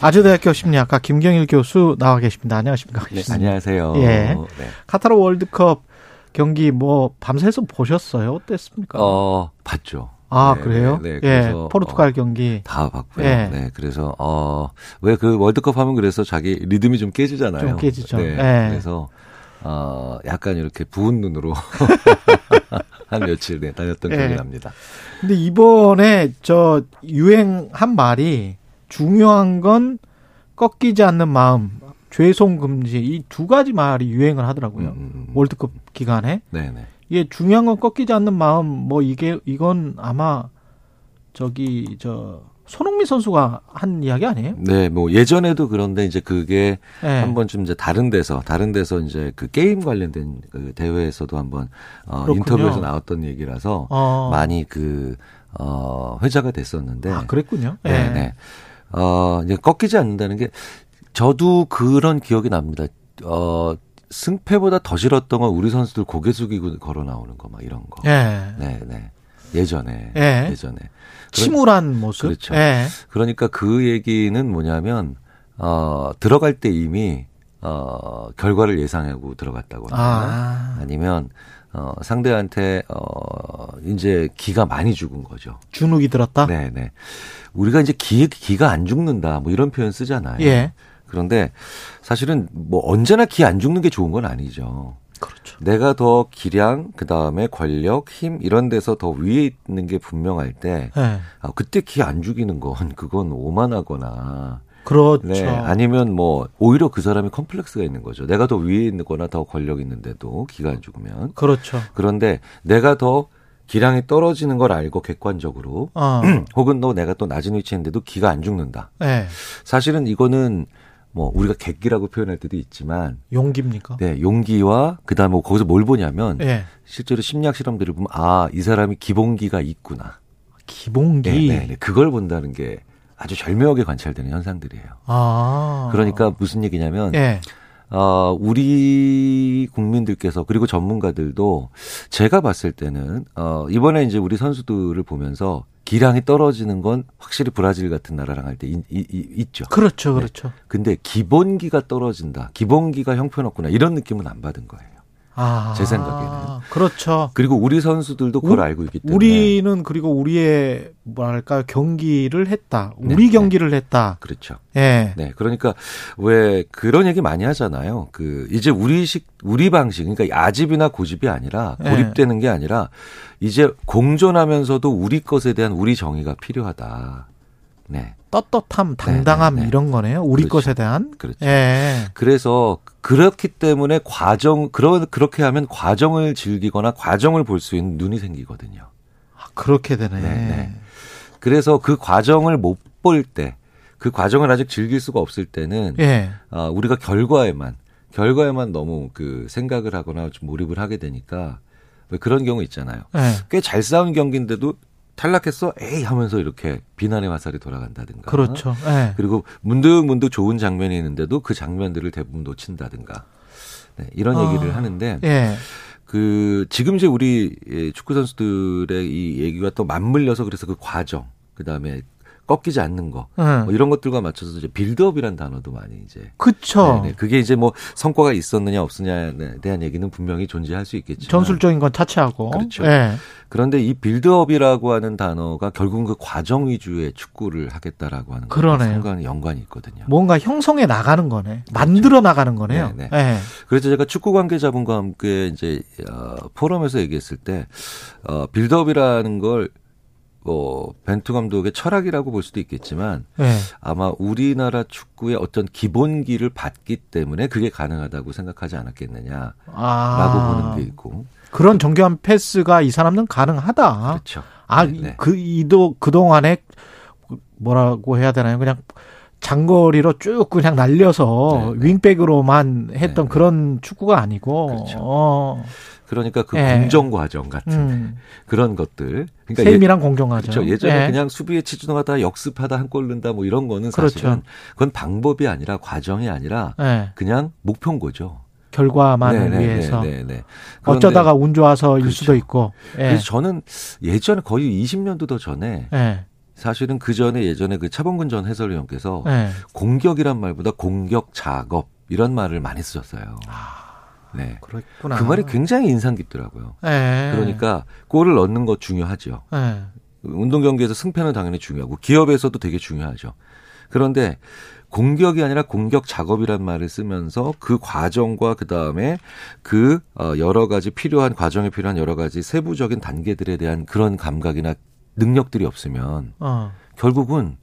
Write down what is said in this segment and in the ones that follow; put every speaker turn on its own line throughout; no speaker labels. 아주대학교 심리학과 김경일 교수 나와 계십니다. 안녕하십니까?
네, 안녕하세요.
예.
네.
카타르 월드컵 경기 뭐 밤새서 보셨어요? 어땠습니까?
어, 봤죠.
아
네,
그래요?
네, 네.
예,
그래서,
포르투갈
어,
경기.
다 봤고요.
예.
네. 그래서 어, 왜 그 월드컵 하면 그래서 자기 리듬이 좀 깨지잖아요.
좀 깨지죠.
네.
예.
그래서 어, 약간 이렇게 부은 눈으로 한 며칠 네, 다녔던
예.
기억이 납니다.
근데 이번에 저 유행한 말이 중요한 건 꺾이지 않는 마음, 죄송 금지 이 두 가지 말이 유행을 하더라고요.
음, 음.
월드컵 기간에
네, 네.
이게 중요한 건 꺾이지 않는 마음 뭐 이게 이건 아마 저기 저 손흥민 선수가 한 이야기 아니에요?
네, 뭐 예전에도 그런데 이제 그게
예.
한 번쯤 이제 다른 데서 다른 데서 이제 그 게임 관련된 그 대회에서도 한번 어,
그렇군요.
인터뷰에서 나왔던 얘기라서
어.
많이 그 어, 회자가 됐었는데
아 그랬군요. 예.
네. 네. 어, 이제 꺾이지 않는다는 게 저도 그런 기억이 납니다. 어, 승패보다 더 싫었던 건 우리 선수들 고개 숙이고 걸어 나오는 거 막 이런 거.
예.
네, 네. 예전에.
예.
예전에. 그런-
침울한 모습.
그렇죠.
예.
그러니까 그 얘기는 뭐냐면 어, 들어갈 때 이미 어, 결과를 예상하고 들어갔다거나
아.
아니면 어, 상대한테 어, 이제 기가 많이 죽은 거죠.
주눅이 들었다.
네, 네. 우리가 이제 기, 기가 안 죽는다, 뭐 이런 표현 쓰잖아요.
예.
그런데 사실은 뭐 언제나 기 안 죽는 게 좋은 건 아니죠.
그렇죠.
내가 더 기량, 그 다음에 권력, 힘, 이런 데서 더 위에 있는 게 분명할 때,
예.
아, 그때 기 안 죽이는 건, 그건 오만하거나,
그렇죠.
네, 아니면 뭐, 오히려 그 사람이 컴플렉스가 있는 거죠. 내가 더 위에 있거나 더 권력 있는데도 기가 안 죽으면.
그렇죠.
그런데 내가 더 기량이 떨어지는 걸 알고 객관적으로,
어.
혹은 너 내가 또 낮은 위치에 있는데도 기가 안 죽는다.
예.
사실은 이거는 뭐 우리가 객기라고 표현할 때도 있지만
용기입니까?
네, 용기와 그다음에 뭐 거기서 뭘 보냐면
예.
실제로 심리학 실험들을 보면 아 이 사람이 기본기가 있구나.
기본기.
네, 네, 네. 그걸 본다는 게 아주 절묘하게 관찰되는 현상들이에요.
아.
그러니까 무슨 얘기냐면
예.
어, 우리 국민들께서 그리고 전문가들도 제가 봤을 때는 어, 이번에 이제 우리 선수들을 보면서 기량이 떨어지는 건 확실히 브라질 같은 나라랑 할 때 있죠.
그렇죠. 그렇죠.
근데 기본기가 떨어진다. 기본기가 형편없구나. 이런 느낌은 안 받은 거예요.
아.
제 생각에는.
그렇죠.
그리고 우리 선수들도 그걸
우-
알고 있기 때문에
우리는 그리고 우리의 뭐랄까 경기를 했다.
네,
우리
네.
경기를 했다.
그렇죠.
예.
네. 그러니까 왜 그런 얘기 많이 하잖아요. 그 이제 우리식 우리 방식 그러니까 아집이나 고집이 아니라
네.
고립되는 게 아니라 이제 공존하면서도 우리 것에 대한 우리 정의가 필요하다. 네.
떳떳함,
네,
당당함
네, 네.
이런 거네요. 우리
그렇죠.
것에 대한.
그렇죠.
예.
그래서 그렇기 때문에 과정 그런 그렇게 하면 과정을 즐기거나 과정을 볼 수 있는 눈이 생기거든요.
아, 그렇게 되네.
네, 네. 그래서 그 과정을 못 볼 때, 그 과정을 아직 즐길 수가 없을 때는
예.
아, 우리가 결과에만 결과에만 너무 그 생각을 하거나 좀 몰입을 하게 되니까 왜 그런 경우 있잖아요.
예.
꽤 잘 싸운 경기인데도 탈락했어, 에이 하면서 이렇게 비난의 화살이 돌아간다든가.
그렇죠. 예.
그리고 문득문득 좋은 장면이 있는데도 그 장면들을 대부분 놓친다든가. 네, 이런
아,
얘기를 하는데
예.
그 지금 이제 우리 예, 축구 선수들의 이 얘기가 또 맞물려서 그래서 그 과정 그다음에 꺾이지 않는 거
응.
뭐 이런 것들과 맞춰서 이제 빌드업이란 단어도 많이 이제
그쵸.
네, 네. 그게 이제 뭐 성과가 있었느냐 없었냐에 대한 얘기는 분명히 존재할 수 있겠지만
전술적인 건 차치하고.
네. 그렇죠.
예.
그런데 이 빌드업이라고 하는 단어가 결국은 그 과정 위주의 축구를 하겠다라고 하는 거랑
그러네요.
상관 연관이 있거든요.
뭔가 형성해 나가는 거네. 만들어 나가는 거네요.
그렇죠. 네,
예.
그래서 제가 축구 관계자분과 함께 이제 어, 포럼에서 얘기했을 때 어, 빌드업이라는 걸 어, 벤투 감독의 철학이라고 볼 수도 있겠지만
예.
아마 우리나라 축구의 어떤 기본기를 받기 때문에 그게 가능하다고 생각하지 않았겠느냐라고
아.
보는 게 있고
그런 정교한 패스가 이 사람은 가능하다.
그렇죠.
아,
네, 네.
그 이도 그 동안에 뭐라고 해야 되나요? 그냥 장거리로 쭉 그냥 날려서
네, 네.
윙백으로만 했던
네.
그런 축구가 아니고
그렇죠.
어,
그러니까 그
예.
공정 과정 같은
음,
그런 것들. 그러니까
세밀한 공정하죠.
그렇죠. 예전에
예.
그냥 수비에 치중하다 역습하다 한 골 넣는다 뭐 이런 거는
그렇죠.
사실은 그건 방법이 아니라 과정이 아니라
예,
그냥 목표인 거죠.
결과만을
네네네,
위해서
네네. 그런데
어쩌다가 운 좋아서일 수도
그렇죠.
있고. 예.
그래서 저는 예전에 거의 20년도 더 전에
예.
사실은 그 전에 예전에 그 차범근 전 해설위원께서
예.
공격이란 말보다 공격 작업 이런 말을 많이 쓰셨어요. 네.
아, 그렇구나.
그 말이 굉장히 인상 깊더라고요.
예.
그러니까 골을 넣는 거 중요하죠.
예.
운동 경기에서 승패는 당연히 중요하고 기업에서도 되게 중요하죠. 그런데 공격이 아니라 공격 작업이란 말을 쓰면서 그 과정과 그 다음에 그 어, 여러 가지 필요한 과정에 필요한 여러 가지 세부적인 단계들에 대한 그런 감각이나 능력들이 없으면
어.
결국은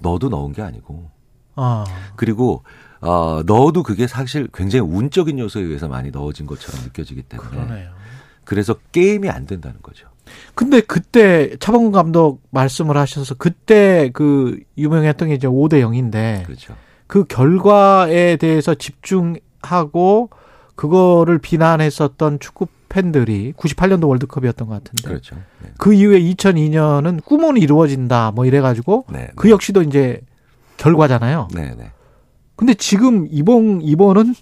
너도 넣은 게 아니고
어.
그리고 어, 넣어도 그게 사실 굉장히 운적인 요소에 의해서 많이 넣어진 것처럼 느껴지기 때문에
그러네요.
그래서 게임이 안 된다는 거죠.
근데 그때 차범근 감독 말씀을 하셔서 그때 그 유명했던 게 이제 5대 0인데
그렇죠.
그 결과에 대해서 집중하고 그거를 비난했었던 축구 팬들이 98년도 월드컵이었던 것 같은데
그렇죠. 네.
그 이후에 2002년은 꿈은 이루어진다 뭐 이래가지고
네.
그 역시도 이제 결과잖아요.
네, 네.
근데 지금 이번 이번은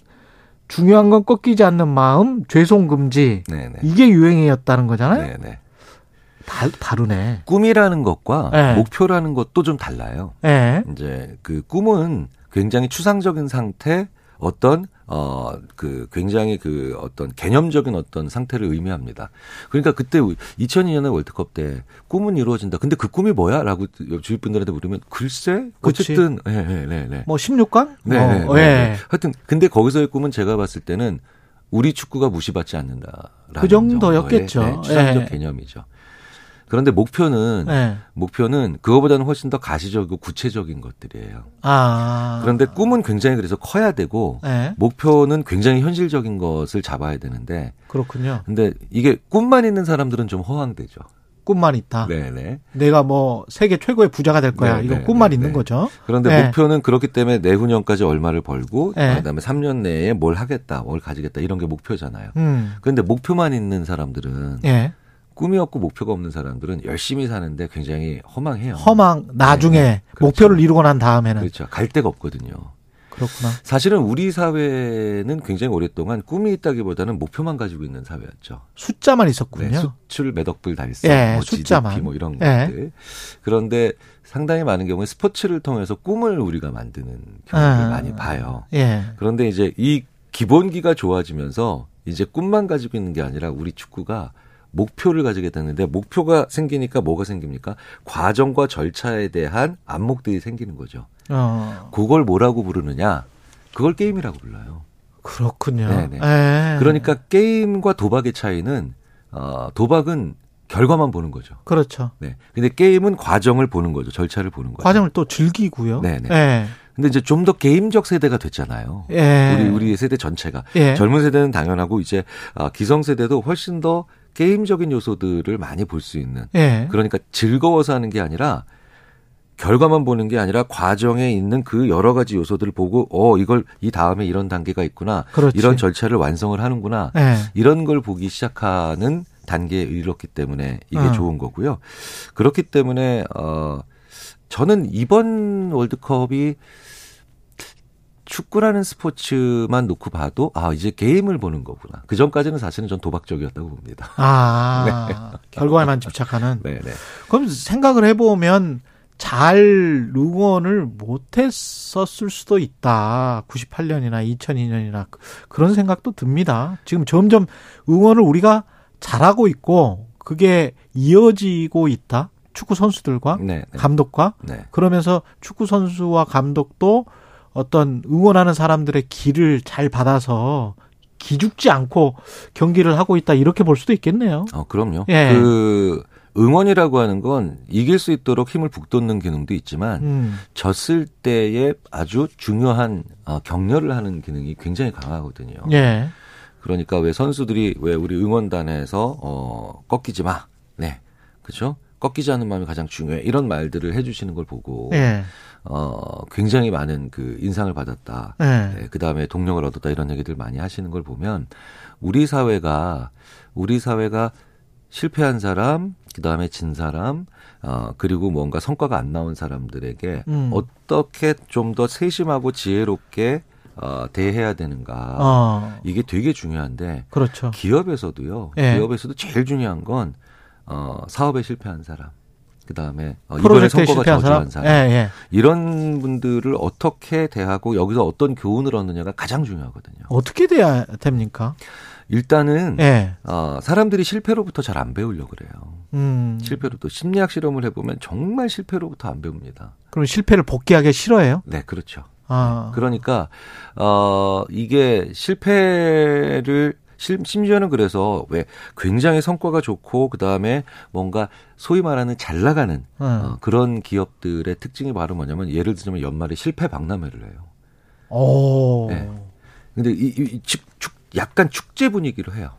중요한 건 꺾이지 않는 마음 죄송 금지
네, 네.
이게 유행이었다는 거잖아요.
네, 네.
다 다르네.
꿈이라는 것과
네.
목표라는 것도 좀 달라요.
예.
이제 그 꿈은 굉장히 추상적인 상태, 어떤 어 그 굉장히 그 어떤 개념적인 어떤 상태를 의미합니다. 그러니까 그때 2002년에 월드컵 때 꿈은 이루어진다. 근데 그 꿈이 뭐야라고 주위 분들한테 물으면 글쎄
그치.
어쨌든 예, 예, 네, 네.
뭐 16강?
네,
어,
네, 네,
예.
네. 하여튼 근데 거기서의 꿈은 제가 봤을 때는 우리 축구가 무시받지 않는다. 네,
그 정도였겠죠.
추상적
예.
개념이죠. 그런데 목표는
예.
목표는 그거보다는 훨씬 더 가시적이고 구체적인 것들이에요.
아.
그런데 꿈은 굉장히 그래서 커야 되고
예.
목표는 굉장히 현실적인 것을 잡아야 되는데
그렇군요.
근데 이게 꿈만 있는 사람들은 좀 허황되죠.
꿈만 있다.
네네.
내가 뭐 세계 최고의 부자가 될 거야.
네,
이건
네,
꿈만
네,
있는
네.
거죠.
그런데
예.
목표는 그렇기 때문에 내후년까지 얼마를 벌고
예.
그다음에 3년 내에 뭘 하겠다, 뭘 가지겠다 이런 게 목표잖아요.
음.
그런데 목표만 있는 사람들은
예.
꿈이 없고 목표가 없는 사람들은 열심히 사는데 굉장히 허망해요.
허망 나중에
네, 그렇죠.
목표를 이루고 난 다음에는
그렇죠. 갈 데가 없거든요.
그렇구나.
사실은 우리 사회는 굉장히 오랫동안 꿈이 있다기보다는 목표만 가지고 있는 사회였죠.
숫자만
네,
있었군요.
수출 매덕불 달성,
예,
뭐
숫자만.
GDP 뭐 이런
예.
것들. 그런데 상당히 많은 경우에 스포츠를 통해서 꿈을 우리가 만드는 경우를
아.
많이 봐요.
예.
그런데 이제 이 기본기가 좋아지면서 이제 꿈만 가지고 있는 게 아니라 우리 축구가 목표를 가지게 되는데 목표가 생기니까 뭐가 생깁니까? 과정과 절차에 대한 안목들이 생기는 거죠.
어.
그걸 뭐라고 부르느냐? 그걸 게임이라고 불러요.
그렇군요.
네, 네.
예.
그러니까 게임과 도박의 차이는 어, 도박은 결과만 보는 거죠.
그렇죠.
네. 근데 게임은 과정을 보는 거죠. 절차를 보는 거죠.
과정을 또 즐기고요.
네, 네.
예.
근데 이제 좀 더 게임적 세대가 됐잖아요.
예.
우리 우리 세대 전체가
예.
젊은 세대는 당연하고 이제 아, 기성 세대도 훨씬 더 게임적인 요소들을 많이 볼 수 있는
예.
그러니까 즐거워서 하는 게 아니라 결과만 보는 게 아니라 과정에 있는 그 여러 가지 요소들을 보고 어 이걸 이 다음에 이런 단계가 있구나
그렇지.
이런 절차를 완성을 하는구나
예.
이런 걸 보기 시작하는 단계에 이르렀기 때문에 이게
어.
좋은 거고요. 그렇기 때문에 어 저는 이번 월드컵이 축구라는 스포츠만 놓고 봐도 아 이제 게임을 보는 거구나. 그 전까지는 사실은 전 도박적이었다고 봅니다.
아.
네.
결과에만 집착하는.
네네.
그럼 생각을 해보면 잘 응원을 못했었을 수도 있다. 98년이나 2002년이나 그런 생각도 듭니다. 지금 점점 응원을 우리가 잘하고 있고 그게 이어지고 있다. 축구 선수들과
네. 네.
감독과
네.
그러면서 축구 선수와 감독도 어떤 응원하는 사람들의 기를 잘 받아서 기죽지 않고 경기를 하고 있다 이렇게 볼 수도 있겠네요.
어 그럼요.
예.
그 응원이라고 하는 건 이길 수 있도록 힘을 북돋는 기능도 있지만
음,
졌을 때에 아주 중요한 어, 격려를 하는 기능이 굉장히 강하거든요.
예.
그러니까 왜 선수들이 왜 우리 응원단에서 어 꺾이지 마. 네. 그렇죠? 꺾이지 않는 마음이 가장 중요해. 이런 말들을 해주시는 걸 보고
예.
어, 굉장히 많은 그 인상을 받았다.
예.
그 다음에 동력을 얻었다 이런 얘기들 많이 하시는 걸 보면 우리 사회가 우리 사회가 실패한 사람, 그 다음에 진 사람, 어, 그리고 뭔가 성과가 안 나온 사람들에게
음.
어떻게 좀 더 세심하고 지혜롭게 어, 대해야 되는가.
어.
이게 되게 중요한데
그렇죠.
기업에서도요.
예.
기업에서도 제일 중요한 건 어, 사업에 실패한 사람, 그 다음에 어, 이번에
프로젝트에
성과가
실패한
저조한
사람.
사람,
예, 예.
이런 분들을 어떻게 대하고 여기서 어떤 교훈을 얻느냐가 가장 중요하거든요.
어떻게 돼야 됩니까?
일단은
예.
어, 사람들이 실패로부터 잘 안 배우려 그래요.
음.
실패로부터 심리학 실험을 해보면 정말 실패로부터 안 배웁니다.
그럼 실패를 복귀하기 싫어해요?
네, 그렇죠.
아.
그러니까 어 이게 실패를 실- 심지어는 그래서 왜 굉장히 성과가 좋고 그 다음에 뭔가 소위 말하는 잘 나가는
음.
어, 그런 기업들의 특징이 바로 뭐냐면 예를 들면 연말에 실패 박람회를 해요.
오.
예. 근데 이, 이- 이 축, 축, 약간 축제 분위기로 해요.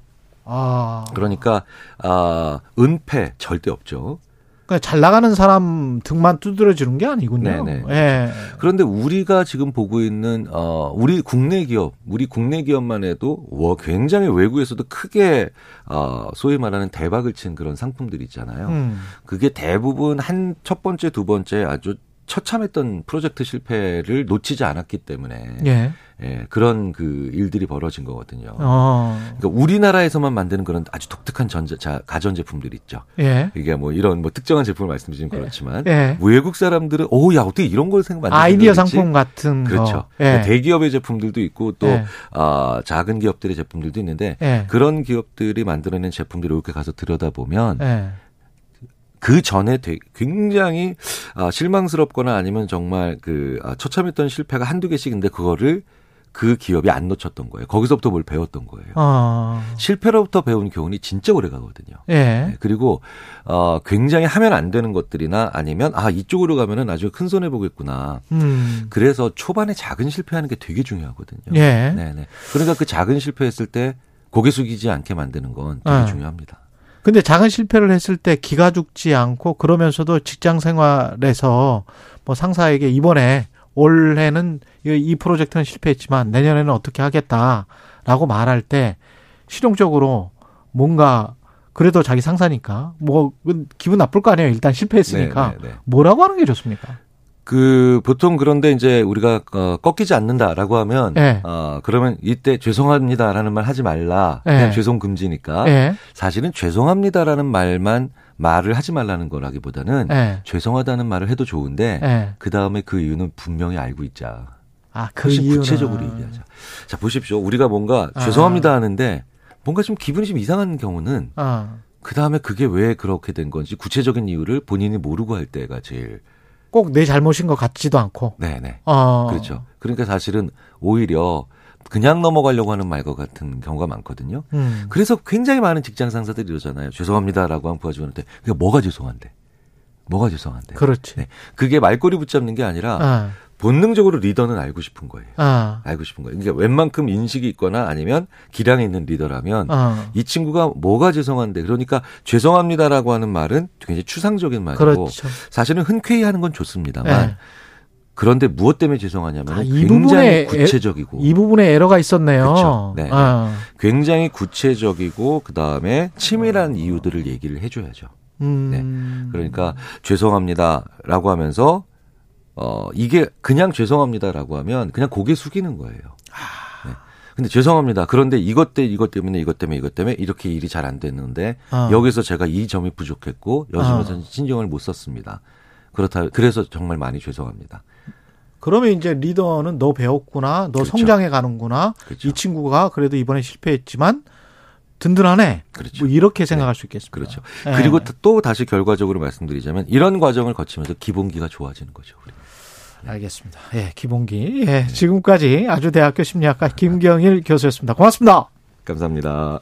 아.
그러니까 아 은폐 절대 없죠.
그러니까 잘 나가는 사람 등만 두드려주는 게 아니군요.
네네.
예.
그런데 우리가 지금 보고 있는 어 우리 국내 기업, 우리 국내 기업만 해도 와 굉장히 외국에서도 크게 어 소위 말하는 대박을 친 그런 상품들 있잖아요.
음.
그게 대부분 한 첫 번째, 두 번째 아주 처참했던 프로젝트 실패를 놓치지 않았기 때문에
예.
예, 그런 그 일들이 벌어진 거거든요.
어.
그러니까 우리나라에서만 만드는 그런 아주 독특한 전자 자, 가전 제품들 있죠.
예.
이게 뭐 이런 뭐 특정한 제품을 말씀드리면 그렇지만
예.
외국 사람들은 오 야 어떻게 이런 걸 생각 만들
아이디어 상품 같은
그렇죠.
거. 예.
대기업의 제품들도 있고 또
예.
아, 작은 기업들의 제품들도 있는데
예.
그런 기업들이 만들어낸 제품들을 이렇게 가서 들여다보면
예.
그 전에 되- 굉장히 아, 실망스럽거나 아니면 정말 그 아, 처참했던 실패가 한두 개씩인데 그거를 그 기업이 안 놓쳤던 거예요. 거기서부터 뭘 배웠던 거예요.
어.
실패로부터 배운 교훈이 진짜 오래 가거든요.
예.
네, 그리고 어 굉장히 하면 안 되는 것들이나 아니면 아 이쪽으로 가면은 나중에 큰 손해 보겠구나.
음.
그래서 초반에 작은 실패하는 게 되게 중요하거든요.
예.
네네. 그러니까 그 작은 실패했을 때 고개 숙이지 않게 만드는 건 되게
네.
중요합니다.
근데 작은 실패를 했을 때 기가 죽지 않고 그러면서도 직장 생활에서 뭐 상사에게 이번에 올해는 이- 이 프로젝트는 실패했지만 내년에는 어떻게 하겠다라고 말할 때 실용적으로 뭔가 그래도 자기 상사니까 뭐 기분 나쁠 거 아니에요. 일단 실패했으니까
네, 네, 네.
뭐라고 하는 게 좋습니까?
그 보통 그런데 이제 우리가 어, 꺾이지 않는다라고 하면
네.
어, 그러면 이때 죄송합니다라는 말 하지 말라. 그냥
네.
죄송 금지니까.
예,
사실은 죄송합니다라는 말만 말을 하지 말라는 거라기보다는
예,
죄송하다는 말을 해도 좋은데
예.
그 다음에 그 이유는 분명히 알고 있자.
아, 그
훨씬
이유는
구체적으로 얘기하자. 자 보십시오. 우리가 뭔가
아.
죄송합니다 하는데 뭔가 좀 기분이 좀 이상한 경우는
아,
그 다음에 그게 왜 그렇게 된 건지 구체적인 이유를 본인이 모르고 할 때가 제일
꼭 내 잘못인 것 같지도 않고.
네네
어,
그렇죠. 그러니까 사실은 오히려 그냥 넘어가려고 하는 말과 같은 경우가 많거든요.
음,
그래서 굉장히 많은 직장 상사들이 이러잖아요. 죄송합니다라고 한 부하직원한테 그게 뭐가 죄송한데? 뭐가 죄송한데?
그렇지.
네. 그게 말꼬리 붙잡는 게 아니라
아,
본능적으로 리더는 알고 싶은 거예요.
아,
알고 싶은 거예요. 그러니까 웬만큼 인식이 있거나 아니면 기량이 있는 리더라면
아.
이 친구가 뭐가 죄송한데 그러니까 죄송합니다라고 하는 말은 굉장히 추상적인 말이고 뭐
그렇죠.
사실은 흔쾌히 하는 건 좋습니다만
예.
그런데 무엇 때문에 죄송하냐면
아, 이 부분에
굉장히
에-
구체적이고
이 부분에 에러가 있었네요.
그쵸. 네.
아,
굉장히 구체적이고 그다음에 치밀한 이유들을 얘기를 해 줘야죠.
음,
그러니까 죄송합니다라고 하면서 어 이게 그냥 죄송합니다라고 하면 그냥 고개 숙이는 거예요.
아.
네. 근데 죄송합니다. 그런데 이것 때 이것 때문에 이것 때문에 이것 때문에 이렇게 일이 잘 안 됐는데
아.
여기서 제가 이 점이 부족했고
아.
여기서 신경을 못 썼습니다. 그렇다 그래서 정말 많이 죄송합니다.
그러면 이제 리더는 너 배웠구나, 너
그렇죠.
성장해 가는구나.
그렇죠.
이 친구가 그래도 이번에 실패했지만 든든하네.
그렇죠.
뭐 이렇게 생각할 수 있겠습니다.
그렇죠.
예.
그리고 또 다시 결과적으로 말씀드리자면 이런 과정을 거치면서 기본기가 좋아지는 거죠. 우리. 네.
알겠습니다. 예, 기본기. 예, 지금까지 아주대학교 심리학과 김경일 교수였습니다. 고맙습니다.
감사합니다.